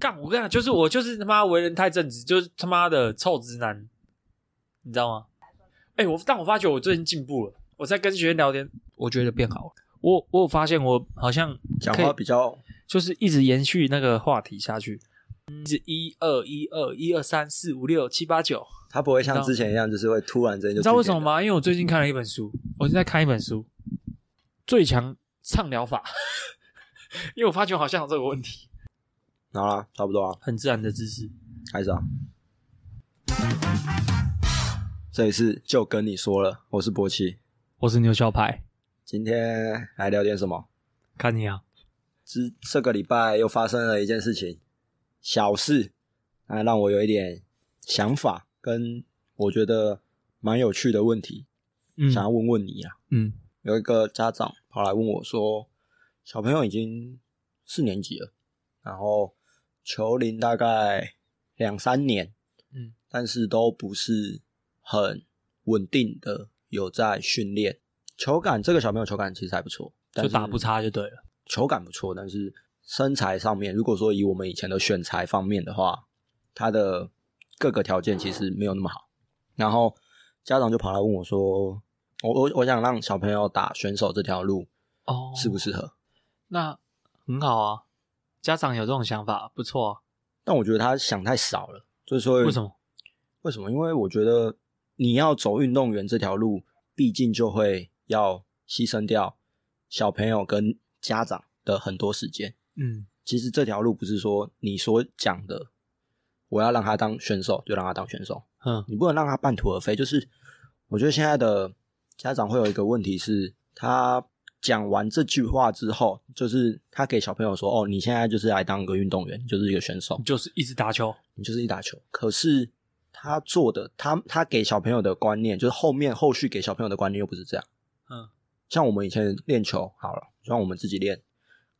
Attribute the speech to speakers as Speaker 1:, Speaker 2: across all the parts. Speaker 1: 干，我跟你讲，就是我就是他妈为人太正直，就是他妈的臭直男，你知道吗？哎、我但我发觉我最近进步了，我在跟学员聊天，我觉得变好了。我我有发现我好像
Speaker 2: 讲
Speaker 1: 可以
Speaker 2: 话比较
Speaker 1: 就是一直延续那个话题下去，一直一二一二一二三四五六七八九，
Speaker 2: 他不会像
Speaker 1: 你知道
Speaker 2: 之前一样，就是会突然之间就
Speaker 1: 你知道为什
Speaker 2: 出
Speaker 1: 么
Speaker 2: 现
Speaker 1: 吗？因为我最近看了一本书，我正在看一本书《最强畅聊法》， 因为我发觉我好像有这个问题，
Speaker 2: 了？好啦，差不多啊，
Speaker 1: 很自然的知识。
Speaker 2: 开始啊。这一次就跟你说了，我是博奇，
Speaker 1: 我是牛小排，
Speaker 2: 今天来聊点什么？
Speaker 1: 看你啊，
Speaker 2: 这这个礼拜又发生了一件事情，小事，啊，让我有一点想法，跟我觉得蛮有趣的问题，
Speaker 1: 嗯
Speaker 2: 想要问问你啊。
Speaker 1: 嗯
Speaker 2: 有一个家长跑来问我说，小朋友已经四年级了，然后球龄大概两三年，
Speaker 1: 嗯，
Speaker 2: 但是都不是很稳定的有在训练球感。这个小朋友球感其实还不错，但
Speaker 1: 就是打不差就对了。
Speaker 2: 球感不错，但是身材上面，如果说以我们以前的选材方面的话，他的各个条件其实没有那么好。然后家长就跑来问我说：“我我我想让小朋友打选手这条路
Speaker 1: 哦
Speaker 2: 适不适合？”
Speaker 1: 那很好啊，家长有这种想法，不错、啊。
Speaker 2: 但我觉得他想太少了，就是说
Speaker 1: 为什么？
Speaker 2: 为什么？因为我觉得你要走运动员这条路，毕竟就会要牺牲掉小朋友跟家长的很多时间。
Speaker 1: 嗯
Speaker 2: 其实这条路不是说你所讲的，我要让他当选手就让他当选手，
Speaker 1: 哼
Speaker 2: 你不能让他半途而废。就是我觉得现在的家长会有一个问题是，他讲完这句话之后，就是他给小朋友说：“哦，你现在就是来当个运动员，就是一个选手
Speaker 1: 你，就是一直打球。
Speaker 2: 你就是一打球。”可是他做的，他他给小朋友的观念，就是后面后续给小朋友的观念又不是这样。
Speaker 1: 嗯
Speaker 2: 像我们以前练球好了，像我们自己练，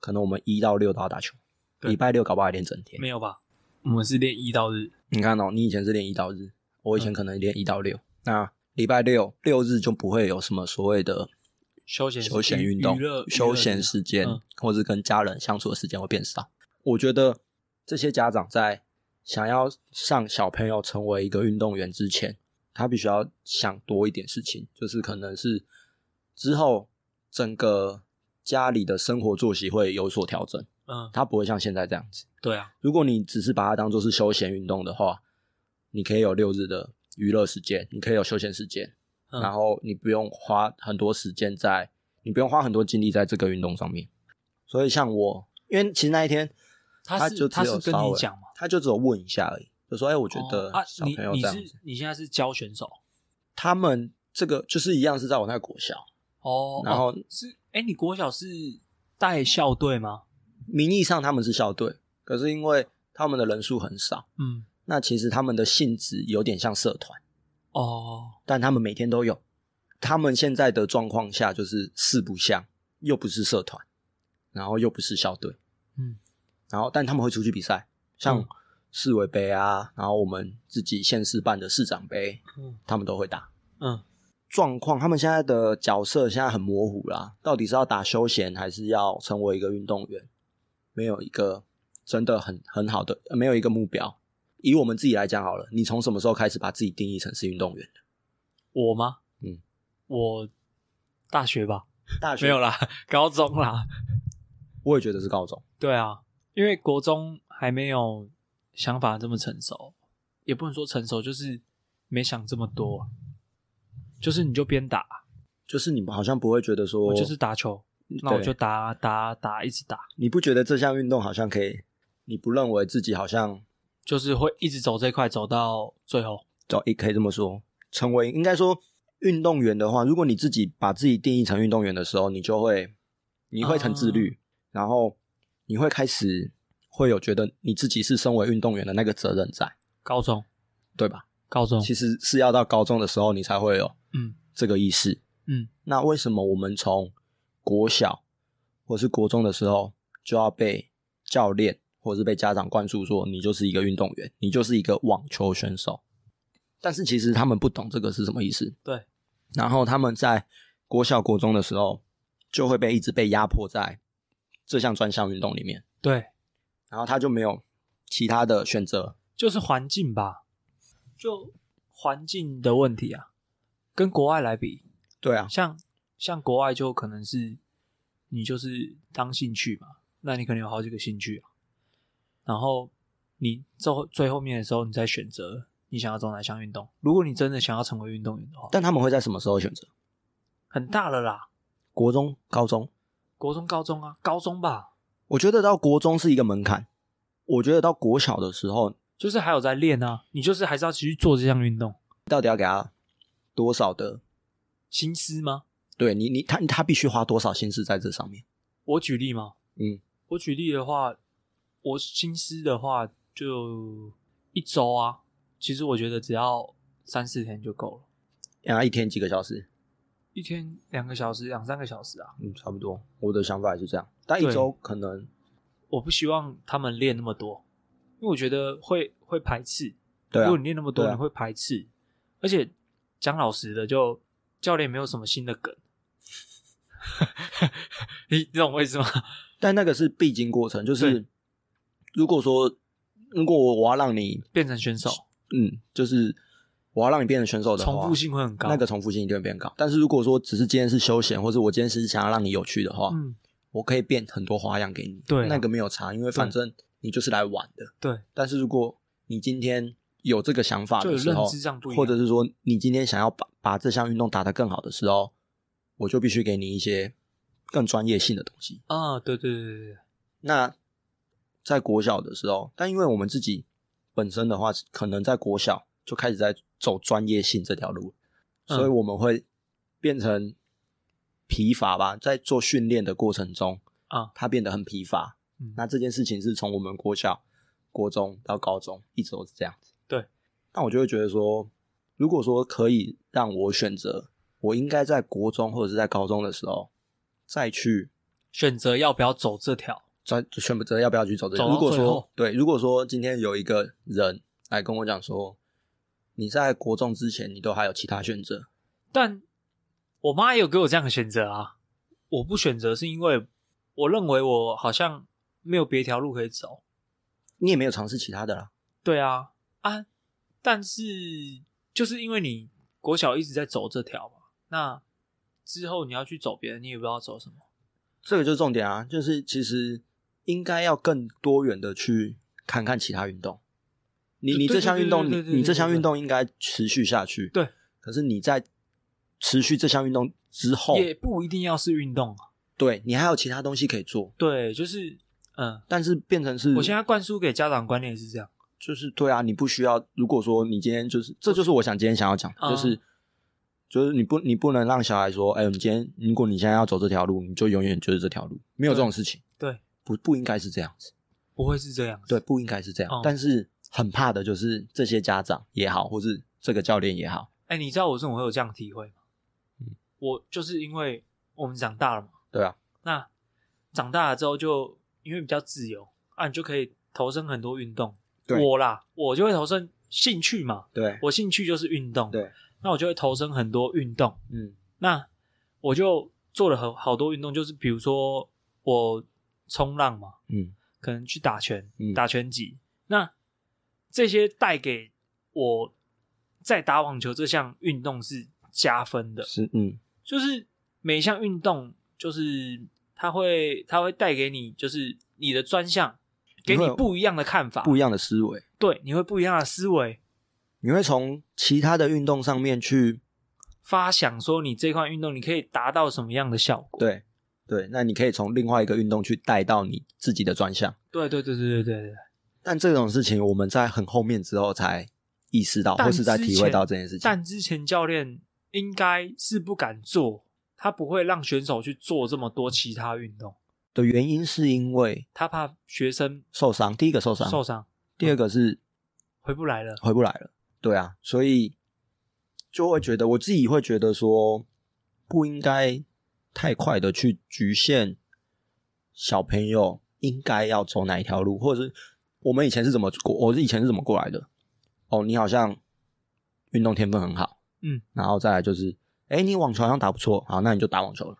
Speaker 2: 可能我们一到六都要打球，
Speaker 1: 对
Speaker 2: 礼拜六搞不好还练整天。
Speaker 1: 没有吧？我们是练一到日。
Speaker 2: 你看哦，你以前是练一到日，我以
Speaker 1: 嗯
Speaker 2: 前可能练一到六、那礼拜六六日就不会有什么所谓的
Speaker 1: 休闲
Speaker 2: 休闲
Speaker 1: 娱
Speaker 2: 运动
Speaker 1: 娱乐、
Speaker 2: 休闲时间，
Speaker 1: 嗯
Speaker 2: 或是跟家人相处的时间会变少。我觉得这些家长在想要让小朋友成为一个运动员之前，他必须要想多一点事情，就是可能是之后整个家里的生活作息会有所调整，
Speaker 1: 嗯，
Speaker 2: 他不会像现在这样子。
Speaker 1: 对啊，
Speaker 2: 如果你只是把它当做是休闲运动的话，你可以有六日的娱乐时间，你可以有休闲时间，
Speaker 1: 嗯
Speaker 2: 然后你不用花很多时间在，你不用花很多精力在这个运动上面。所以像我，因为其实那一天
Speaker 1: 他是
Speaker 2: 就只
Speaker 1: 他
Speaker 2: 有
Speaker 1: 是跟
Speaker 2: 稍
Speaker 1: 你
Speaker 2: 微
Speaker 1: 讲嘛？
Speaker 2: 他就只有问一下而已，就说：“哎、我觉
Speaker 1: 哦
Speaker 2: 得
Speaker 1: 啊，
Speaker 2: 小
Speaker 1: 你
Speaker 2: 朋友
Speaker 1: 你
Speaker 2: 这样子，
Speaker 1: 是你现在是教选手
Speaker 2: 他们这个就是一样是在我那个国小，
Speaker 1: 哦，
Speaker 2: 然后
Speaker 1: 哦是哎，你国小是带校队吗？
Speaker 2: 名义上他们是校队，可是因为他们的人数很少，
Speaker 1: 嗯，
Speaker 2: 那其实他们的性质有点像社团。”
Speaker 1: 哦，
Speaker 2: 但他们每天都有。他们现在的状况下就是四不像，又不是社团，然后又不是校队，
Speaker 1: 嗯，
Speaker 2: 然后但他们会出去比赛，像
Speaker 1: 嗯
Speaker 2: 市委杯啊，然后我们自己县市办的市长杯，
Speaker 1: 嗯
Speaker 2: 他们都会打。
Speaker 1: 嗯
Speaker 2: 状况，他们现在的角色现在很模糊啦，到底是要打休闲，还是要成为一个运动员？没有一个真的很很好的，呃没有一个目标。以我们自己来讲好了，你从什么时候开始把自己定义成是运动员？
Speaker 1: 我吗？
Speaker 2: 嗯，
Speaker 1: 我大学吧，
Speaker 2: 大学
Speaker 1: 没有啦， 高中啦。
Speaker 2: 我也觉得是高中。
Speaker 1: 对啊，因为国中还没有想法这么成熟，也不能说成熟，就是没想这么多，就是你就边打，
Speaker 2: 就是你们好像不会觉得说，
Speaker 1: 我就是打球，那我就
Speaker 2: 对
Speaker 1: 打打打，一直打，
Speaker 2: 你不觉得这项运动好像可以，你不认为自己好像
Speaker 1: 就是会一直走这一块，走到最后。
Speaker 2: 找也可以这么说，成为应该说运动员的话，如果你自己把自己定义成运动员的时候，你就会你会很自
Speaker 1: 啊
Speaker 2: 律，然后你会开始会有觉得你自己是身为运动员的那个责任在，
Speaker 1: 高中，
Speaker 2: 对吧？
Speaker 1: 高中，
Speaker 2: 其实是要到高中的时候，你才会有
Speaker 1: 嗯
Speaker 2: 这个意识。
Speaker 1: 嗯，
Speaker 2: 那为什么我们从国小或是国中的时候就要被教练或是被家长灌输说你就是一个运动员，你就是一个网球选手？但是其实他们不懂这个是什么意思。
Speaker 1: 对。
Speaker 2: 然后他们在国小、国中的时候就会被一直被压迫在这项专项运动里面，
Speaker 1: 对，
Speaker 2: 然后他就没有其他的选择？
Speaker 1: 就是环境吧，就环境的问题啊，跟国外来比，
Speaker 2: 对啊，
Speaker 1: 像像国外就可能是你就是当兴趣嘛，那你可能有好几个兴趣啊，然后你最后最后面的时候，你再选择你想要走哪项运动。如果你真的想要成为运动员的话，
Speaker 2: 但他们会在什么时候选择？
Speaker 1: 很大了啦，
Speaker 2: 国中、高中？
Speaker 1: 国中、高中啊，高中吧，
Speaker 2: 我觉得到国中是一个门槛，我觉得到国小的时候，
Speaker 1: 就是还有在练啊，你就是还是要继续做这项运动，
Speaker 2: 到底要给他多少的？
Speaker 1: 心思吗？
Speaker 2: 对你，你他他必须花多少心思在这上面？
Speaker 1: 我举例吗？
Speaker 2: 嗯，
Speaker 1: 我举例的话，我心思的话就一周啊，其实我觉得只要三四天就够了，
Speaker 2: 然后一天几个小时？
Speaker 1: 一天两个小时、两三个小时啊。
Speaker 2: 嗯，差不多。我的想法也是这样，但一
Speaker 1: 对
Speaker 2: 周可能
Speaker 1: 我不希望他们练那么多，因为我觉得会会排斥。
Speaker 2: 对
Speaker 1: 如
Speaker 2: 啊
Speaker 1: 果，你练那么多，
Speaker 2: 对啊
Speaker 1: 你会排斥。而且讲老实的，就教练没有什么新的梗， 你你懂我意思吗？
Speaker 2: 但那个是必经过程，就是
Speaker 1: 对
Speaker 2: 如果说如果我我要让你
Speaker 1: 变成选手，
Speaker 2: 嗯，就是我要让你变成选手的话，
Speaker 1: 重复性会很高。
Speaker 2: 那个重复性一定会变高。但是如果说只是今天是休闲，或者我今天是想要让你有趣的话，
Speaker 1: 嗯，
Speaker 2: 我可以变很多花样给你。
Speaker 1: 对啊
Speaker 2: 那个没有差，因为反正你就是来玩的。
Speaker 1: 对，
Speaker 2: 但是如果你今天有这个想法
Speaker 1: 就
Speaker 2: 的
Speaker 1: 有
Speaker 2: 时
Speaker 1: 认
Speaker 2: 候
Speaker 1: 知，上不一样，
Speaker 2: 或者是说你今天想要把把这项运动打得更好的时候，我就必须给你一些更专业性的东西。
Speaker 1: 啊，对对对对对，
Speaker 2: 那在国小的时候，但因为我们自己本身的话，可能在国小就开始在走专业性这条路，
Speaker 1: 嗯
Speaker 2: 所以我们会变成疲乏吧，在做训练的过程中
Speaker 1: 啊
Speaker 2: 它变得很疲乏。
Speaker 1: 嗯
Speaker 2: 那这件事情是从我们国小、国中到高中一直都是这样子。
Speaker 1: 对，
Speaker 2: 那我就会觉得说，如果说可以让我选择，我应该在国中或者是在高中的时候再去
Speaker 1: 选择要不要走这条，
Speaker 2: 专选择要不要去走这
Speaker 1: 走到
Speaker 2: 个。如果
Speaker 1: 最后
Speaker 2: 说对，如果说今天有一个人来跟我讲说，你在国中之前你都还有其他选择，
Speaker 1: 但我妈也有给我这样的选择啊。我不选择是因为我认为我好像没有别条路可以走。
Speaker 2: 你也没有尝试其他的啦。
Speaker 1: 对啊，啊，但是就是因为你国小一直在走这条嘛，那之后你要去走别的，你也不知道走什么。
Speaker 2: 这个就是重点啊，就是其实应该要更多元的去看看其他运动。你
Speaker 1: 对
Speaker 2: 你
Speaker 1: 对
Speaker 2: 这项运动，
Speaker 1: 对
Speaker 2: 你
Speaker 1: 对对对
Speaker 2: 你这项
Speaker 1: 对对
Speaker 2: 运动应该持续下去。
Speaker 1: 对，
Speaker 2: 可是你在持续这项运动之后，
Speaker 1: 也不一定要是运动啊。
Speaker 2: 对你还有其他东西可以做，
Speaker 1: 对，就是嗯，
Speaker 2: 但是变成是
Speaker 1: 我现在灌输给家长观念也是这样。
Speaker 2: 就是对啊，你不需要。如果说你今天就是，这就是我想今天想要讲，
Speaker 1: 嗯
Speaker 2: 就是就是你不你不能让小孩说，哎、你今天如果你现在要走这条路，你就永远就是这条路，没有这种事情，
Speaker 1: 对，
Speaker 2: 不不应该是这样子，
Speaker 1: 不会是这样。
Speaker 2: 对，，不应该是这样。
Speaker 1: 嗯
Speaker 2: 但是很怕的就是这些家长也好，或是这个教练也好，
Speaker 1: 哎、你知道我为什么会有这样的体会吗？
Speaker 2: 嗯
Speaker 1: 我就是因为我们长大了嘛，
Speaker 2: 对啊，
Speaker 1: 那长大了之后就因为比较自由啊，你就可以投身很多运动。
Speaker 2: 对
Speaker 1: 我啦，我就会投身兴趣嘛，
Speaker 2: 对
Speaker 1: 我兴趣就是运动，
Speaker 2: 对，
Speaker 1: 那我就会投身很多运动。
Speaker 2: 嗯
Speaker 1: 那我就做了很好多运动，就是比如说我冲浪嘛，
Speaker 2: 嗯，
Speaker 1: 可能去打拳、
Speaker 2: 嗯
Speaker 1: 打拳击。那这些带给我在打网球这项运动是加分的，
Speaker 2: 是嗯
Speaker 1: 就是每一项运动，就是它会它会带给你，就是你的专项，给
Speaker 2: 你
Speaker 1: 你
Speaker 2: 会有
Speaker 1: 不一样的看法，
Speaker 2: 不一样的思维，
Speaker 1: 对，你会不一样的思维，
Speaker 2: 你会从其他的运动上面去
Speaker 1: 发想说你这款运动你可以达到什么样的效果。
Speaker 2: 对。对，那你可以从另外一个运动去带到你自己的专项。
Speaker 1: 对对对对对对对。
Speaker 2: 但这种事情我们在很后面之后才意识到，
Speaker 1: 但
Speaker 2: 或是在体
Speaker 1: 之
Speaker 2: 会
Speaker 1: 前
Speaker 2: 到这件事情。
Speaker 1: 但之前教练应该是不敢做，他不会让选手去做这么多其他运动，
Speaker 2: 的原因是因为
Speaker 1: 他怕学生
Speaker 2: 受伤，第一个受伤，
Speaker 1: 受伤
Speaker 2: 第二个是
Speaker 1: 回不来了。
Speaker 2: 回不来了。对啊，所以就会觉得我自己会觉得说，不应该太快的去局限小朋友应该要走哪一条路，或者是我们以前是怎么过，我是以前是怎么过来的？哦，你好像运动天分很好，
Speaker 1: 嗯，
Speaker 2: 然后再来就是，哎，你网球好像打不错，好，那你就打网球了，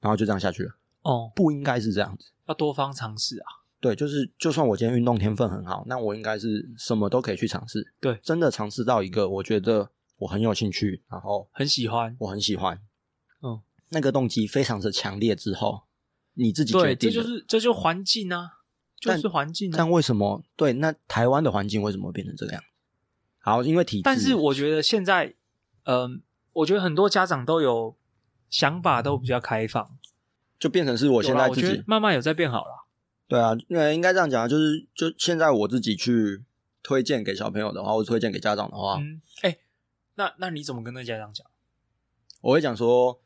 Speaker 2: 然后就这样下去了，
Speaker 1: 哦，
Speaker 2: 不应该是这样子。
Speaker 1: 要多方尝试啊。
Speaker 2: 对，就是就算我今天运动天分很好，那我应该是什么都可以去尝试。
Speaker 1: 对
Speaker 2: 真的尝试到一个我觉得我很有兴趣，然后
Speaker 1: 很喜欢。
Speaker 2: 我很喜欢，
Speaker 1: 嗯，
Speaker 2: 那个动机非常的强烈之后，你自己决
Speaker 1: 对，
Speaker 2: 定
Speaker 1: 这
Speaker 2: 了。
Speaker 1: 就是这就是环境啊，就
Speaker 2: 但
Speaker 1: 是环境啊
Speaker 2: 但。为什么对？那台湾的环境为什么会变成这个样？好，因为体制。
Speaker 1: 但是我觉得现在，嗯、我觉得很多家长都有想法都比较开放。
Speaker 2: 就变成是我现
Speaker 1: 有啦
Speaker 2: 在
Speaker 1: 啊我
Speaker 2: 自
Speaker 1: 觉
Speaker 2: 己
Speaker 1: 得慢慢有在变好了。
Speaker 2: 对啊，那应该这样讲啊，就是就现在我自己去推荐给小朋友的话，或者推荐给家长的话，
Speaker 1: 嗯，哎、那那你怎么跟那家长讲？
Speaker 2: 我会讲说，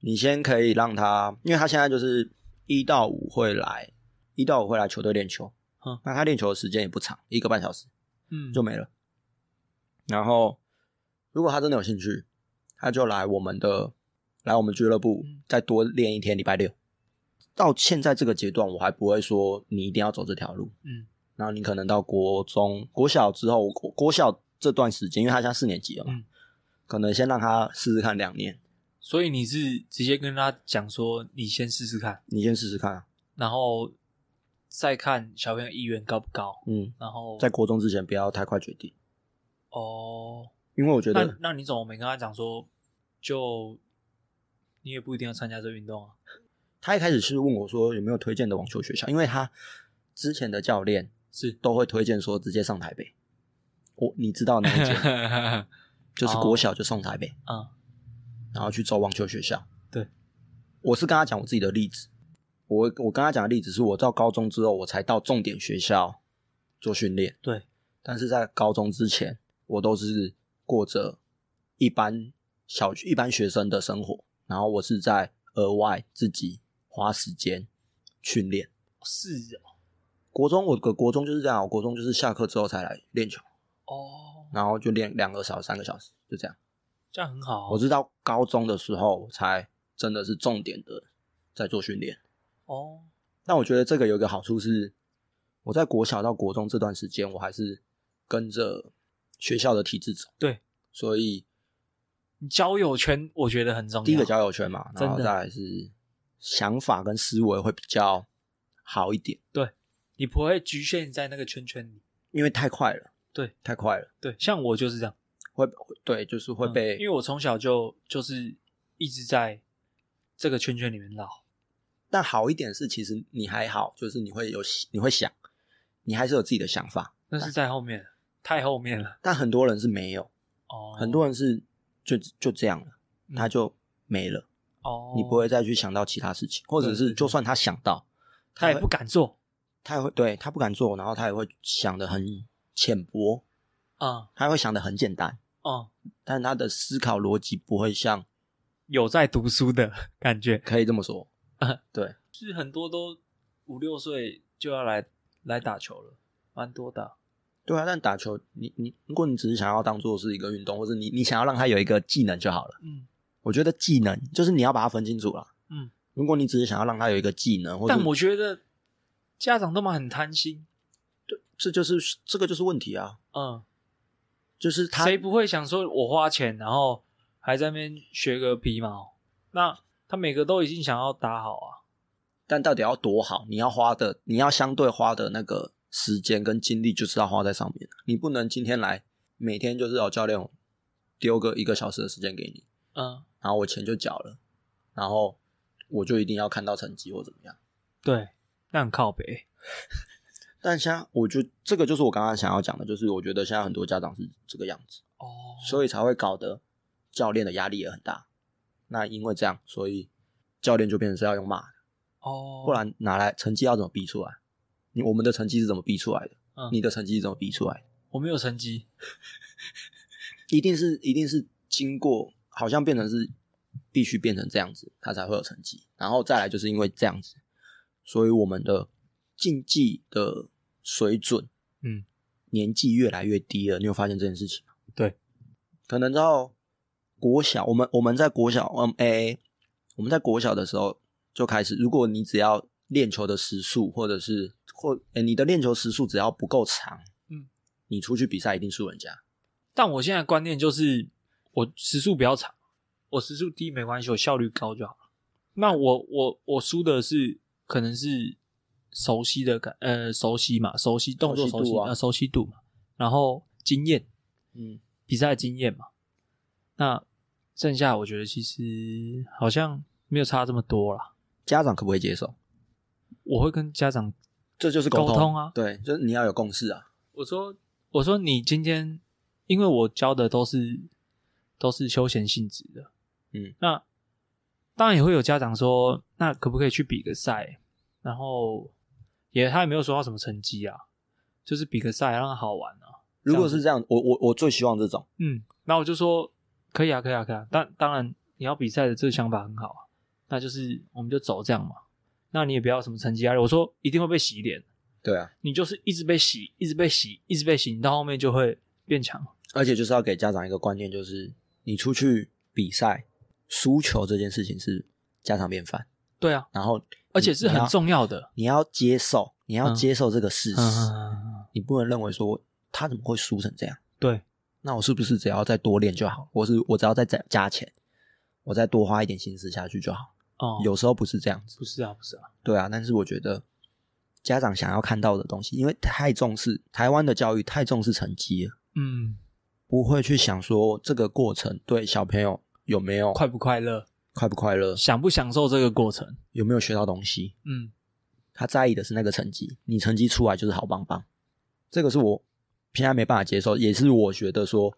Speaker 2: 你先可以让他，因为他现在就是一到五会来，一到五会来球队练球，
Speaker 1: 嗯
Speaker 2: 那他练球的时间也不长，一个半小时
Speaker 1: 嗯，
Speaker 2: 就没了。然后，如果他真的有兴趣，他就来我们的来我们俱乐部
Speaker 1: 嗯
Speaker 2: 再多练一天，礼拜六。到现在这个阶段，我还不会说你一定要走这条路，
Speaker 1: 嗯
Speaker 2: 然后你可能到国中、国小之后，国国小这段时间，因为他现在四年级了嘛，
Speaker 1: 嗯
Speaker 2: 可能先让他试试看两年，
Speaker 1: 所以你是直接跟他讲说，你先试试看，
Speaker 2: 你先试试看啊，
Speaker 1: 然后再看小朋友意愿高不高，
Speaker 2: 嗯，
Speaker 1: 然后
Speaker 2: 在国中之前不要太快决定，
Speaker 1: 哦。
Speaker 2: 因为我觉
Speaker 1: 那
Speaker 2: 得
Speaker 1: 那你怎么没跟他讲说，就你也不一定要参加这运动啊？
Speaker 2: 他一开始是问我说有没有推荐的网球学校，因为他之前的教练，
Speaker 1: 是
Speaker 2: 都会推荐说直接上台北，我你知道那一 间就是国小就送台北，
Speaker 1: 嗯，
Speaker 2: 然后去走网球学校。
Speaker 1: 对，
Speaker 2: 我是跟他讲我自己的例子，我我跟他讲的例子是我到高中之后我才到重点学校做训练，
Speaker 1: 对，
Speaker 2: 但是在高中之前我都是过着一般小一般学生的生活，然后我是在额外自己花时间训练。
Speaker 1: 是
Speaker 2: 国中我的国中就是这样，我国中就是下课之后才来练球，
Speaker 1: 哦，
Speaker 2: 然后就练两个小时、三个小时，就这样。
Speaker 1: 这样很好哦
Speaker 2: 我是到高中的时候才真的是重点的在做训练。
Speaker 1: 哦，
Speaker 2: 那我觉得这个有一个好处是，我在国小到国中这段时间，我还是跟着学校的体制走。
Speaker 1: 对，
Speaker 2: 所以
Speaker 1: 你交友圈我觉得很重要。
Speaker 2: 第一个交友圈嘛，然
Speaker 1: 真
Speaker 2: 后
Speaker 1: 的
Speaker 2: 再来是想法跟思维会比较好一点，
Speaker 1: 你不会局限在那个圈圈里。
Speaker 2: 因为太快了。
Speaker 1: 对，
Speaker 2: 太快了，
Speaker 1: 对，像我就是这样，
Speaker 2: 会会对，就是会
Speaker 1: 嗯
Speaker 2: 被、
Speaker 1: 因为我从小就就是一直在这个圈圈里面绕。
Speaker 2: 但好一点是，其实你还好，就是你会有你会想，你还是有自己的想法。
Speaker 1: 那是在后面，太后面 了。
Speaker 2: 但很多人是没有，
Speaker 1: 哦，
Speaker 2: 很多人是就就这样了，他就没了，
Speaker 1: 嗯哦，
Speaker 2: 你不，会再去想到其他事情，或者
Speaker 1: 对
Speaker 2: 是
Speaker 1: 对对
Speaker 2: 就算他想到，
Speaker 1: 他也
Speaker 2: 会
Speaker 1: 不敢做
Speaker 2: 他也会对他不敢做，然后他也会想的很浅薄，
Speaker 1: 啊
Speaker 2: 他会想的很简单，
Speaker 1: 啊，嗯
Speaker 2: 但他的思考逻辑不会像
Speaker 1: 有在读书的 感觉，
Speaker 2: 可以这么说
Speaker 1: 啊，
Speaker 2: 对，
Speaker 1: 是很多都五六岁就要来来打球了，蛮多的。
Speaker 2: 对啊，但打球，你你如果你只是想要当做是一个运动，或者你你想要让他有一个技能就好了。
Speaker 1: 嗯，
Speaker 2: 我觉得技能就是你要把它分清楚啦。
Speaker 1: 嗯，
Speaker 2: 如果你只是想要让他有一个技能，或者
Speaker 1: 但我觉得家长都蛮很贪心。
Speaker 2: 这就是这个就是问题啊，
Speaker 1: 嗯，
Speaker 2: 就是他
Speaker 1: 谁不会想说我花钱，然后还在那边学个皮毛？那他每个都已经想要打好啊。
Speaker 2: 但到底要多好，你要花的，你要相对花的那个时间跟精力，就是要花在上面。你不能今天来，每天就是哦，教练我丢个一个小时的时间给你，
Speaker 1: 嗯，
Speaker 2: 然后我钱就缴了，然后我就一定要看到成绩或怎么样。
Speaker 1: 对，那很靠北。
Speaker 2: 但现在，我就这个就是我刚刚想要讲的，就是我觉得现在很多家长是这个样子，
Speaker 1: 哦
Speaker 2: 所以才会搞得教练的压力也很大。那因为这样，所以教练就变成是要用骂的。
Speaker 1: 哦，
Speaker 2: 不然拿来成绩要怎么逼出来？你我们的成绩是怎么逼出来的？
Speaker 1: 嗯
Speaker 2: 你的成绩是怎么逼出来的？
Speaker 1: 我没有成绩。
Speaker 2: 一定是一定是经过，好像变成是必须变成这样子，它才会有成绩。然后再来就是因为这样子，所以我们的竞技的水准，
Speaker 1: 嗯，
Speaker 2: 年纪越来越低了。你有发现这件事情吗？
Speaker 1: 对，
Speaker 2: 可能到国小，我们我们在国小，嗯，诶、我们在国小的时候就开始，如果你只要练球的时速，或者是或诶、你的练球时速只要不够长，
Speaker 1: 嗯，
Speaker 2: 你出去比赛一定输人家。
Speaker 1: 但我现在的观念就是，我时速不要长，我时速低没关系，我效率高就好了。那我我我输的是可能是熟悉的感，呃，熟悉嘛，熟悉动作熟
Speaker 2: 熟悉
Speaker 1: 悉
Speaker 2: 度啊
Speaker 1: 呃，熟悉度嘛，然后经验，
Speaker 2: 嗯，
Speaker 1: 比赛的经验嘛。那剩下我觉得其实好像没有差这么多啦。
Speaker 2: 家长可不可以接受？
Speaker 1: 我会跟家长
Speaker 2: 这就是
Speaker 1: 沟
Speaker 2: 通
Speaker 1: 通啊
Speaker 2: 对，就是你要有共识啊。
Speaker 1: 我说我说你今天，因为我教的都是都是休闲性质的，
Speaker 2: 嗯，
Speaker 1: 那当然也会有家长说，那可不可以去比个赛？然后也他也没有说到什么成绩啊，就是比个赛让他好玩啊。
Speaker 2: 如果是这样，我我我最希望这种，
Speaker 1: 嗯，那我就说可以啊，可以啊，可以啊。但当然你要比赛的这个想法很好啊，那就是我们就走这样嘛。那你也不要什么成绩压力，我说一定会被洗脸，
Speaker 2: 对啊，
Speaker 1: 你就是一直被洗，一直被洗，一直被洗，你到后面就会变强。
Speaker 2: 而且就是要给家长一个观念，就是你出去比赛输球这件事情是家常便饭，
Speaker 1: 对啊，
Speaker 2: 然后
Speaker 1: 而且是很重要的。
Speaker 2: 你要接受，你要
Speaker 1: 嗯
Speaker 2: 接受这个事实，
Speaker 1: 嗯，
Speaker 2: 你不能认为说他怎么会输成这样，
Speaker 1: 对，
Speaker 2: 那我是不是只要再多练就好？我是我只要再加加钱，我再多花一点心思下去就好。
Speaker 1: 哦，
Speaker 2: 有时候不是这样子，
Speaker 1: 不是啊，不是啊，
Speaker 2: 对啊。但是我觉得家长想要看到的东西，因为太重视台湾的教育，太重视成绩了，
Speaker 1: 嗯，
Speaker 2: 不会去想说这个过程对小朋友有没有
Speaker 1: 快不快乐，
Speaker 2: 快不快乐，
Speaker 1: 享不享受这个过程？
Speaker 2: 有没有学到东西。
Speaker 1: 嗯，
Speaker 2: 他在意的是那个成绩，你成绩出来就是好棒棒。这个是我现在没办法接受，也是我觉得说，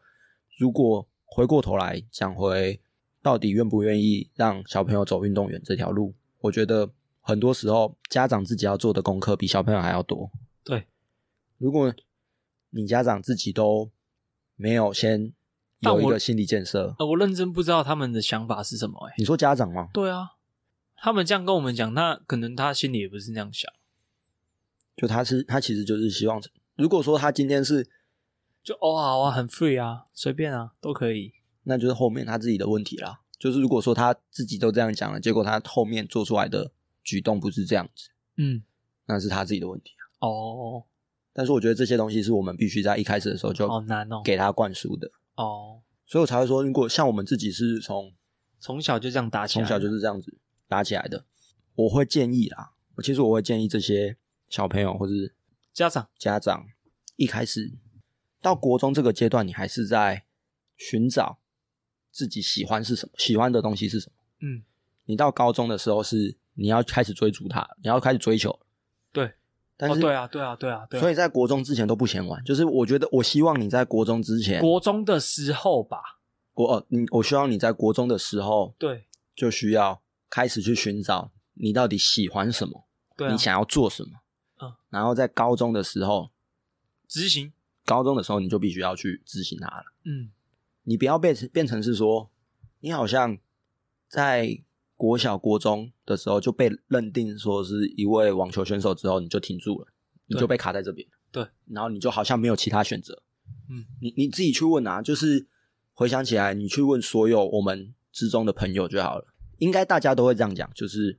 Speaker 2: 如果回过头来讲回到底愿不愿意让小朋友走运动员这条路，我觉得很多时候家长自己要做的功课比小朋友还要多。
Speaker 1: 对，
Speaker 2: 如果你家长自己都没有先
Speaker 1: 但
Speaker 2: 有一
Speaker 1: 我
Speaker 2: 个心理建设，
Speaker 1: 呃，我认真不知道他们的想法是什么、欸。哎，
Speaker 2: 你说家长吗？
Speaker 1: 对啊，他们这样跟我们讲，那可能他心里也不是那样想。
Speaker 2: 就他是他其实就是希望，如果说他今天是
Speaker 1: 就哦好啊，很 free 啊，随便啊，都可以。
Speaker 2: 那就是后面他自己的问题啦。就是如果说他自己都这样讲了，结果他后面做出来的举动不是这样子，
Speaker 1: 嗯，
Speaker 2: 那是他自己的问题啊。
Speaker 1: 哦，
Speaker 2: 但是我觉得这些东西是我们必须在一开始的时候就
Speaker 1: 好难哦。
Speaker 2: 给他灌输的，
Speaker 1: 哦，
Speaker 2: 所以我才会说，如果像我们自己是从
Speaker 1: 从小就这样打起来，
Speaker 2: 从小就是这样子打起来的，我会建议啦，我其实我会建议这些小朋友或是
Speaker 1: 家长。
Speaker 2: 家长一开始到国中这个阶段，你还是在寻找自己喜欢是什么，喜欢的东西是什么。
Speaker 1: 嗯，
Speaker 2: 你到高中的时候是你要开始追逐它，你要开始追求。
Speaker 1: 对，
Speaker 2: 但
Speaker 1: 哦
Speaker 2: 是、
Speaker 1: 对啊，对啊，对啊，对啊。
Speaker 2: 所以在国中之前都不嫌晚。就是我觉得，我希望你在国中之前，
Speaker 1: 国中的时候吧，
Speaker 2: 国哦，你我希望你在国中的时候
Speaker 1: 对
Speaker 2: 就需要开始去寻找你到底喜欢什么，
Speaker 1: 对啊
Speaker 2: 你，想要做什么。
Speaker 1: 嗯，
Speaker 2: 然后在高中的时候，
Speaker 1: 执行。
Speaker 2: 高中的时候你就必须要去执行它了。
Speaker 1: 嗯，
Speaker 2: 你不要变成变成是说，你好像在国小、国中的时候就被认定说是一位网球选手之后，你就停住了，你就被卡在这边。
Speaker 1: 对，
Speaker 2: 然后你就好像没有其他选择。
Speaker 1: 嗯，
Speaker 2: 你你自己去问啊，就是回想起来，你去问所有我们之中的朋友就好了。应该大家都会这样讲，就是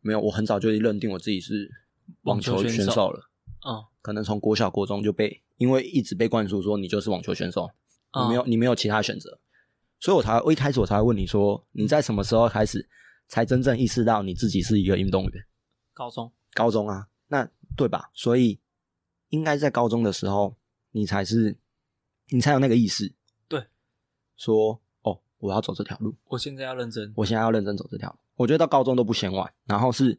Speaker 2: 没有，我很早就认定我自己是网球
Speaker 1: 网球选
Speaker 2: 选
Speaker 1: 手
Speaker 2: 手了。
Speaker 1: 嗯，
Speaker 2: 可能从国小、国中就被，因为一直被灌输说你就是网球选手，
Speaker 1: 嗯
Speaker 2: 你没有你没有其他选择，所以我才我一开始我才会问你说你在什么时候开始才真正意识到你自己是一个运动员？
Speaker 1: 高中，
Speaker 2: 高中啊，那对吧？所以应该在高中的时候，你才是你才有那个意识，
Speaker 1: 对，
Speaker 2: 说哦，我要走这条路，
Speaker 1: 我现在要认真。
Speaker 2: 我现在要认真走这条路。我觉得到高中都不嫌晚，然后是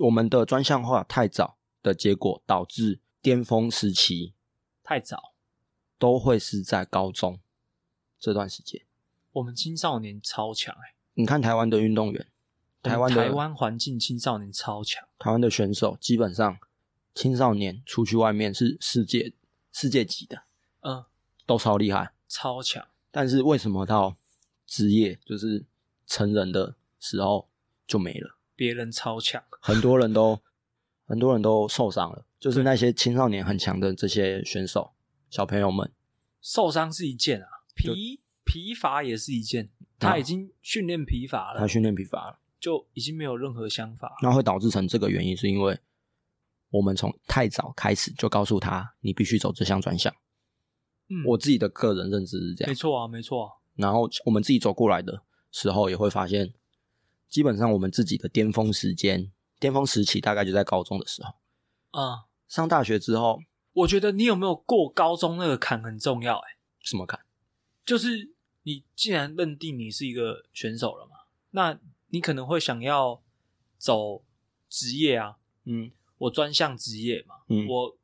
Speaker 2: 我们的专项化太早的结果，导致巅峰时期
Speaker 1: 太早，
Speaker 2: 都会是在高中这段时间。
Speaker 1: 我们青少年超强哎、
Speaker 2: 你看台湾的运动员，台
Speaker 1: 我
Speaker 2: 湾的
Speaker 1: 嗯们台湾环境青少年超强，
Speaker 2: 台湾的选手，基本上青少年出去外面是世界世界级的，
Speaker 1: 嗯，
Speaker 2: 都超厉害。
Speaker 1: 超强，
Speaker 2: 但是为什么到职业就是成人的时候就没了？
Speaker 1: 别人超强，
Speaker 2: 很多人都很多人都受伤了，就是那些青少年很强的这些选手小朋友们，
Speaker 1: 受伤是一件啊，疲疲乏也是一件，他已经训练疲乏
Speaker 2: 啊他
Speaker 1: 了，
Speaker 2: 训练疲乏了，
Speaker 1: 就已经没有任何想法了，
Speaker 2: 那会导致成这个原因，是因为我们从太早开始就告诉他，你必须走这项专项。
Speaker 1: 嗯，
Speaker 2: 我自己的个人认知是这
Speaker 1: 没
Speaker 2: 样，
Speaker 1: 错啊，没错、啊，
Speaker 2: 然后我们自己走过来的时候，也会发现，基本上我们自己的巅峰时间、巅峰时期大概就在高中的时候。
Speaker 1: 啊、
Speaker 2: 上大学之后，
Speaker 1: 我觉得你有没有过高中那个坎很重要、欸，哎，
Speaker 2: 什么看？
Speaker 1: 就是你既然认定你是一个选手了嘛，那你可能会想要走职业啊，
Speaker 2: 嗯，
Speaker 1: 我专项职业嘛，
Speaker 2: 嗯
Speaker 1: 我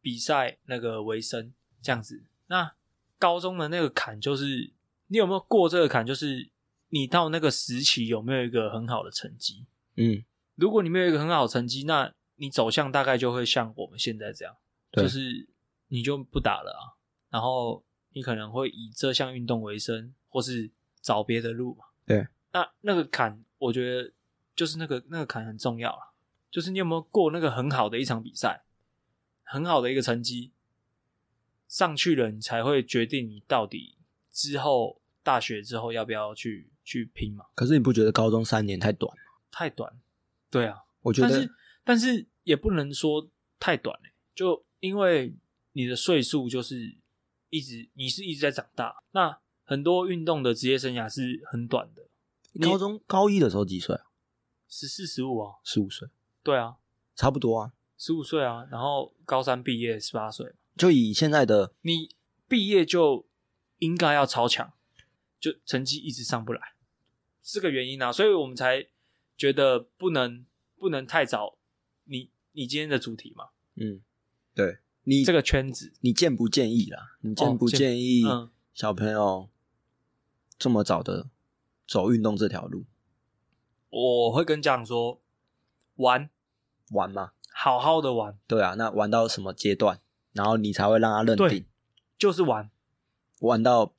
Speaker 1: 比赛那个为生这样子。那高中的那个坎就是，你有没有过这个坎？就是你到那个时期有没有一个很好的成绩？
Speaker 2: 嗯，
Speaker 1: 如果你没有一个很好的成绩，那你走向大概就会像我们现在这样，
Speaker 2: 对
Speaker 1: 就是你就不打了啊，然后你可能会以这项运动为生，或是找别的路嘛。
Speaker 2: 对，
Speaker 1: 那那个坎，我觉得就是那个那个坎很重要了，就是你有没有过那个很好的一场比赛，很好的一个成绩，上去了，你才会决定你到底之后大学之后要不要去去拼嘛。
Speaker 2: 可是你不觉得高中三年太短吗？
Speaker 1: 太短，对啊，
Speaker 2: 我觉
Speaker 1: 但
Speaker 2: 得
Speaker 1: 是但是也不能说太短、欸、就因为你的岁数就是一直你是一直在长大，那很多运动的职业生涯是很短的，你
Speaker 2: 高中高一的时候几岁啊？
Speaker 1: 十四十五啊，
Speaker 2: 十五岁，
Speaker 1: 对啊，
Speaker 2: 差不多啊。
Speaker 1: 十五岁啊，然后高三毕业十八岁，
Speaker 2: 就以现在的
Speaker 1: 你毕业就应该要超强，就成绩一直上不来，是个原因啊，所以我们才觉得不能不能太早，你你今天的主题嘛，
Speaker 2: 嗯，对你
Speaker 1: 这个圈子，
Speaker 2: 你建不建议啦？你建不
Speaker 1: 哦建
Speaker 2: 建议
Speaker 1: 嗯。
Speaker 2: 小朋友这么早的走运动这条路
Speaker 1: 我会跟家长说，玩，
Speaker 2: 玩嘛？
Speaker 1: 好好的玩，
Speaker 2: 对啊，那玩到什么阶段，然后你才会让他认定
Speaker 1: 对？就是玩，
Speaker 2: 玩到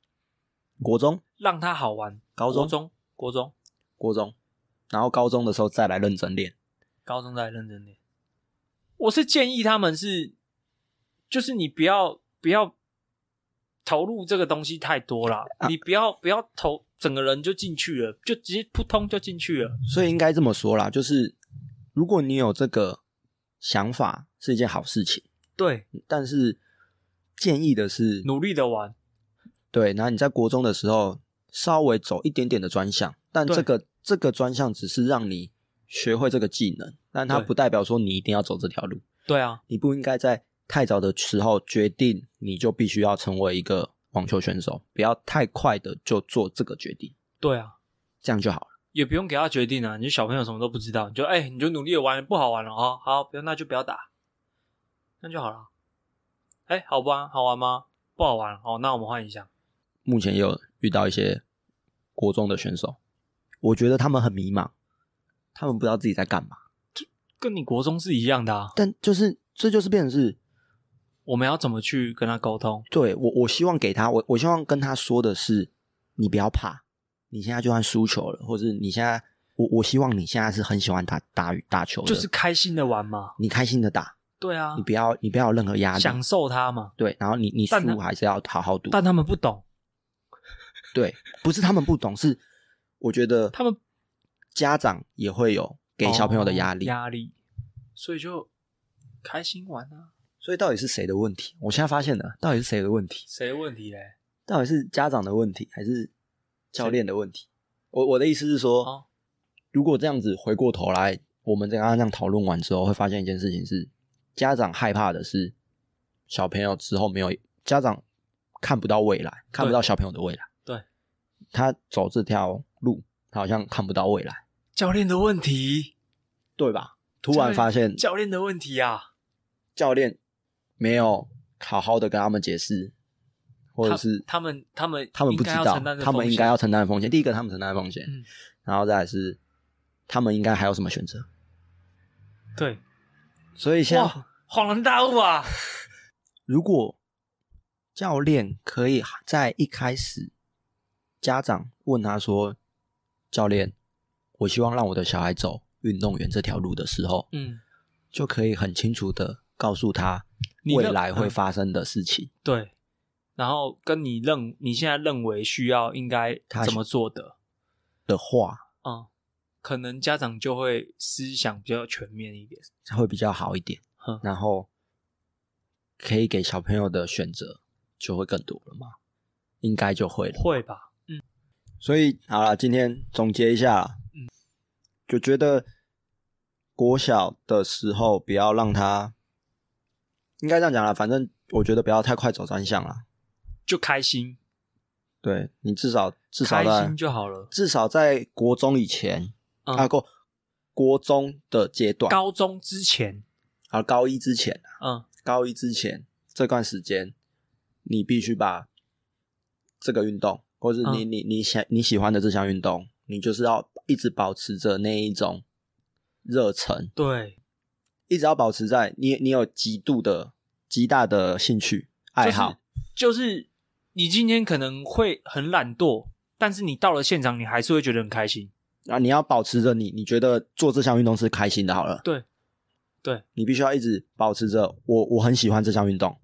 Speaker 2: 国中、
Speaker 1: 让他好玩。
Speaker 2: 高
Speaker 1: 国
Speaker 2: 中、
Speaker 1: 中、国中、
Speaker 2: 国中，然后高中的时候再来认真练。
Speaker 1: 高中再认真点。我是建议他们是，就是你不要不要投入这个东西太多啦，
Speaker 2: 啊
Speaker 1: 你不要不要投整个人就进去了，就直接扑通就进去了。
Speaker 2: 所以应该这么说啦，就是如果你有这个想法，是一件好事情。
Speaker 1: 对，
Speaker 2: 但是建议的是，
Speaker 1: 努力的玩，
Speaker 2: 对，然后你在国中的时候稍微走一点点的专项，但
Speaker 1: 对
Speaker 2: 这个这个专项只是让你学会这个技能，但它
Speaker 1: 对
Speaker 2: 不代表说你一定要走这条路。
Speaker 1: 对啊，
Speaker 2: 你不应该在太早的时候决定你就必须要成为一个网球选手，不要太快的就做这个决定，
Speaker 1: 对啊，
Speaker 2: 这样就好了。
Speaker 1: 也不用给他决定啊，你就小朋友什么都不知道，你就哎、你就努力的玩，不好玩了哦，好，不要那就不要打，那就好了。哎、好吧，好玩吗？不好玩，哦，那我们换一下。
Speaker 2: 目前也有遇到一些国中的选手，我觉得他们很迷茫，他们不知道自己在干嘛，
Speaker 1: 跟你国中是一样的啊，
Speaker 2: 但就是这就是变成是
Speaker 1: 我们要怎么去跟他沟通？
Speaker 2: 对我，我希望给他，我我希望跟他说的是，你不要怕，你现在就算输球了，或者你现在，我我希望你现在是很喜欢打打打球的，
Speaker 1: 就是开心的玩嘛，
Speaker 2: 你开心的打，
Speaker 1: 对啊
Speaker 2: 你，不要你不要有任何压力，
Speaker 1: 享受它嘛。
Speaker 2: 对，然后你你
Speaker 1: 但他
Speaker 2: 输还是要好好读，
Speaker 1: 但他们不懂，
Speaker 2: 对，不是他们不懂，是我觉得
Speaker 1: 他们
Speaker 2: 家长也会有给小朋友的压
Speaker 1: 哦
Speaker 2: 力，
Speaker 1: 压力，所以就开心玩啊。
Speaker 2: 所以到底是谁的问题？我现在发现了，到底是谁的问题？
Speaker 1: 谁的问题嘞？
Speaker 2: 到底是家长的问题还是教练的问题？我我的意思是说，
Speaker 1: 哦
Speaker 2: 如果这样子回过头来，我们刚刚这样讨论完之后，会发现一件事情是，家长害怕的是小朋友之后没有家长看不到未来，看不到小朋友的未来。
Speaker 1: 对，
Speaker 2: 他走这条路，他好像看不到未来，
Speaker 1: 教练的问题，
Speaker 2: 对吧？突然发现
Speaker 1: 教练的问题啊，
Speaker 2: 教练没有好好的跟他们解释，或者是
Speaker 1: 他他们他们
Speaker 2: 他们不
Speaker 1: 应
Speaker 2: 知
Speaker 1: 该要
Speaker 2: 道
Speaker 1: 承担，的
Speaker 2: 他们
Speaker 1: 风
Speaker 2: 应该
Speaker 1: 险
Speaker 2: 要承担的风险。第一个，他们承担的风险，
Speaker 1: 嗯
Speaker 2: 然后再来是他们应该还有什么选择？
Speaker 1: 对，
Speaker 2: 所以现在
Speaker 1: 哇，恍然大悟啊！
Speaker 2: 如果教练可以在一开始，家长问他说：“教练，我希望让我的小孩走运动员这条路的时候，
Speaker 1: 嗯，
Speaker 2: 就可以很清楚的告诉他
Speaker 1: 你的嗯
Speaker 2: 未来会发生的事情。
Speaker 1: 对。然后跟你认你现在认为需要应该
Speaker 2: 他
Speaker 1: 怎么做的，”
Speaker 2: 的话，
Speaker 1: 嗯，可能家长就会思想比较全面一点。
Speaker 2: 才会比较好一点
Speaker 1: 哼。
Speaker 2: 然后可以给小朋友的选择就会更多了嘛，应该就会了。
Speaker 1: 会吧？
Speaker 2: 所以好了，今天总结一下，嗯，就觉得国小的时候不要让他应该这样讲啦，反正我觉得不要太快走专项啦。
Speaker 1: 就开心，
Speaker 2: 对你至少至少
Speaker 1: 开
Speaker 2: 在
Speaker 1: 心就好了。
Speaker 2: 至少在国中以前、
Speaker 1: 嗯
Speaker 2: 啊，过国中的阶段，
Speaker 1: 高中之前，
Speaker 2: 啊高一之前，
Speaker 1: 嗯，
Speaker 2: 高一之前这段时间，你必须把这个运动，或是
Speaker 1: 嗯
Speaker 2: 你、你你想你喜欢的这项运动，你就是要一直保持着那一种热忱，
Speaker 1: 对，
Speaker 2: 一直要保持在你你有极度的极大的兴趣爱好，
Speaker 1: 就是你今天可能会很懒惰，但是你到了现场，你还是会觉得很开心。
Speaker 2: 然后你要保持着你你觉得做这项运动是开心的，好了，
Speaker 1: 对，对，
Speaker 2: 你必须要一直保持着我我很喜欢这项运动，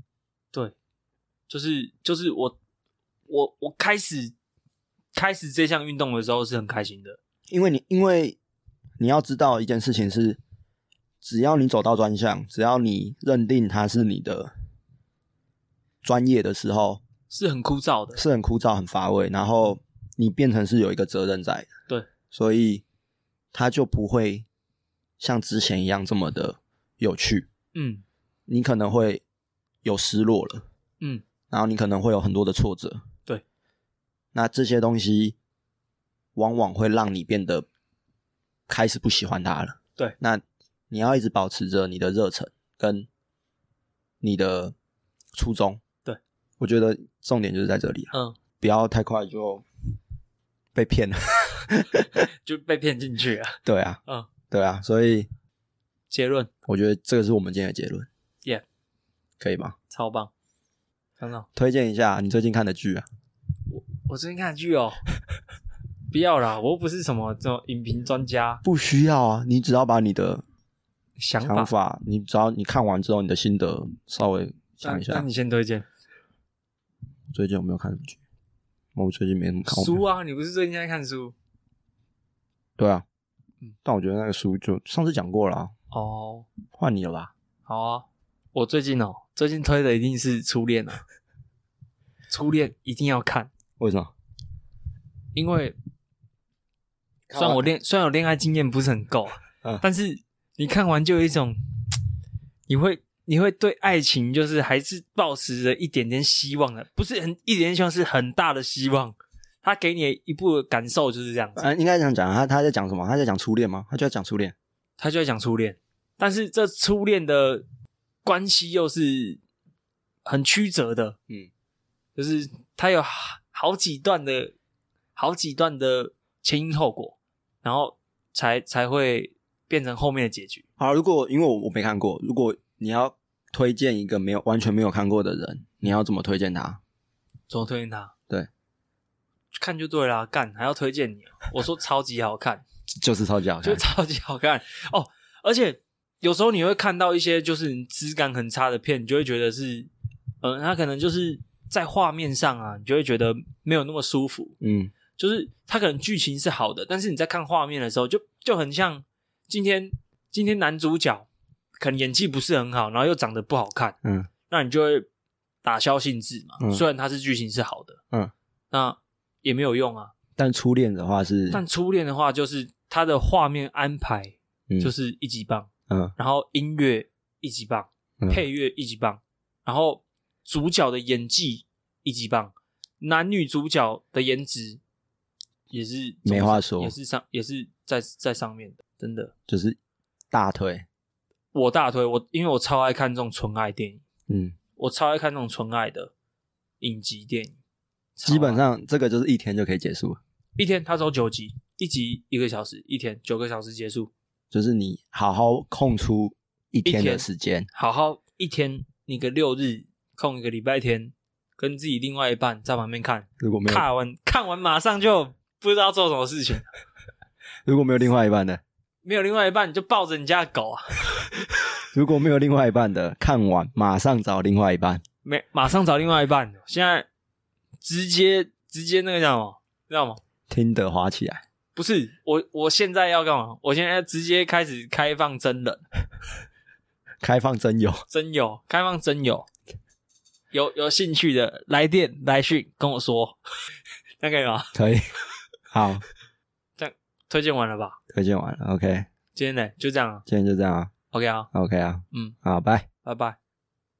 Speaker 1: 就是就是我我我开始开始这项运动的时候是很开心的，
Speaker 2: 因为你因为你要知道一件事情是，只要你走到专项，只要你认定它是你的专业的时候，
Speaker 1: 是很枯燥的。
Speaker 2: 是很枯燥、很乏味，然后你变成是有一个责任在的，
Speaker 1: 对，
Speaker 2: 所以它就不会像之前一样这么的有趣，
Speaker 1: 嗯
Speaker 2: 你可能会有失落了。
Speaker 1: 嗯，
Speaker 2: 然后你可能会有很多的挫折。
Speaker 1: 对，
Speaker 2: 那这些东西往往会让你变得开始不喜欢它了。
Speaker 1: 对，
Speaker 2: 那你要一直保持着你的热忱跟你的初衷。
Speaker 1: 对，
Speaker 2: 我觉得重点就是在这里了，啊
Speaker 1: 嗯，
Speaker 2: 不要太快就被骗了。
Speaker 1: 就被骗进去了。
Speaker 2: 对啊，
Speaker 1: 嗯，
Speaker 2: 对啊，所以
Speaker 1: 结论
Speaker 2: 我觉得这个是我们今天的结论。
Speaker 1: Yeah
Speaker 2: 可以吧？
Speaker 1: 超棒，看到
Speaker 2: 推荐一下你最近看的剧啊。
Speaker 1: 我最近看剧 哦，不要啦，我又不是什么这种影评专家，
Speaker 2: 不需要啊，你只要把你的
Speaker 1: 想法。
Speaker 2: 想法，你只要你看完之后，你的心得稍微想一
Speaker 1: 那
Speaker 2: 下
Speaker 1: 那。你先推荐
Speaker 2: 最近有没有看什么剧？我最近没怎么看。
Speaker 1: 书啊，你不是最近在看书？
Speaker 2: 对啊
Speaker 1: 嗯，
Speaker 2: 但我觉得那个书就上次讲过了啊、
Speaker 1: 哦，
Speaker 2: 换你了吧？
Speaker 1: 好啊，我最近哦，最近推的一定是《初恋》啊，《初恋》一定要看，
Speaker 2: 为什么？
Speaker 1: 因为
Speaker 2: 看
Speaker 1: 虽
Speaker 2: 完
Speaker 1: 然我恋虽然我恋爱经验不是很够啊，
Speaker 2: 啊嗯
Speaker 1: 但是你看完就有一种，你会你会对爱情就是还是抱持着一点点希望的，不是很一点点希望，是很大的希望。他给你的一部的感受就是这样子。
Speaker 2: 啊，应该这样讲啊，他他在讲什么？他在讲初恋吗？他就在讲初恋。
Speaker 1: 他就在讲初恋，但是这初恋的关系又是很曲折的，
Speaker 2: 嗯，
Speaker 1: 就是他有好好几段的好几段的前因后果，然后才才会变成后面的结局。
Speaker 2: 好，如果因为我我没看过，如果你要推荐一个没有完全没有看过的人，你要怎么推荐他？
Speaker 1: 怎么推荐他？
Speaker 2: 对，
Speaker 1: 看就对啦，干还要推荐你哦？我说超级好看，
Speaker 2: 就是超级好
Speaker 1: 就
Speaker 2: 看。
Speaker 1: 超级好看哦。而且有时候你会看到一些就是质感很差的片，你就会觉得是，嗯，它可能就是在画面上啊，你就会觉得没有那么舒服。
Speaker 2: 嗯，
Speaker 1: 就是它可能剧情是好的，但是你在看画面的时候就，就很像今天今天男主角可能演技不是很好，然后又长得不好看，
Speaker 2: 嗯，
Speaker 1: 那你就会打消兴致嘛。
Speaker 2: 嗯
Speaker 1: 虽然它是剧情是好的，
Speaker 2: 嗯，
Speaker 1: 那也没有用啊。
Speaker 2: 但初恋的话是，
Speaker 1: 但初恋的话，就是它的画面安排
Speaker 2: 嗯
Speaker 1: 就是一级棒，
Speaker 2: 嗯
Speaker 1: 然后音乐一级棒，
Speaker 2: 嗯
Speaker 1: 配乐一级棒，然后主角的演技一级棒，男女主角的颜值也是
Speaker 2: 没话说
Speaker 1: 也是上也是在在上面的，真的。
Speaker 2: 就是大腿。
Speaker 1: 我大推我，因为我超爱看这种纯爱电影，
Speaker 2: 嗯，
Speaker 1: 我超爱看这种纯爱的影集电影。超啊爱
Speaker 2: 基本上这个就是一天就可以结束了。
Speaker 1: 一天它走九集，一集一个小时，一天九个小时结束。
Speaker 2: 就是你好好空出一天
Speaker 1: 一
Speaker 2: 的
Speaker 1: 天
Speaker 2: 时间，
Speaker 1: 好好一天，你个六日空一个礼拜天，跟自己另外一半在旁边看，
Speaker 2: 如果没有
Speaker 1: 看完看完马上就不知道做什么事 情，
Speaker 2: 如果没有另外一半的，
Speaker 1: 没有另外一半你就抱着你家的狗啊，
Speaker 2: 如果没有另外一半的，看完马上找另外一半。
Speaker 1: 没马上找另外一半，现在直接直接那个叫什么，知道吗？
Speaker 2: 听得滑起来，
Speaker 1: 不是我，我现在要干嘛？我现在直接开始开放真人、
Speaker 2: 开放真友，
Speaker 1: 真友，开放真友，有有兴趣的来电来讯跟我说， 那可以吗？
Speaker 2: 可以， 好，
Speaker 1: 啊推荐完了吧？
Speaker 2: 推荐完了，OK，
Speaker 1: 今天呢就这样了
Speaker 2: 今天就这样啊
Speaker 1: ，OK 啊，
Speaker 2: ，OK 啊，
Speaker 1: 嗯，
Speaker 2: 好，拜。
Speaker 1: 拜拜。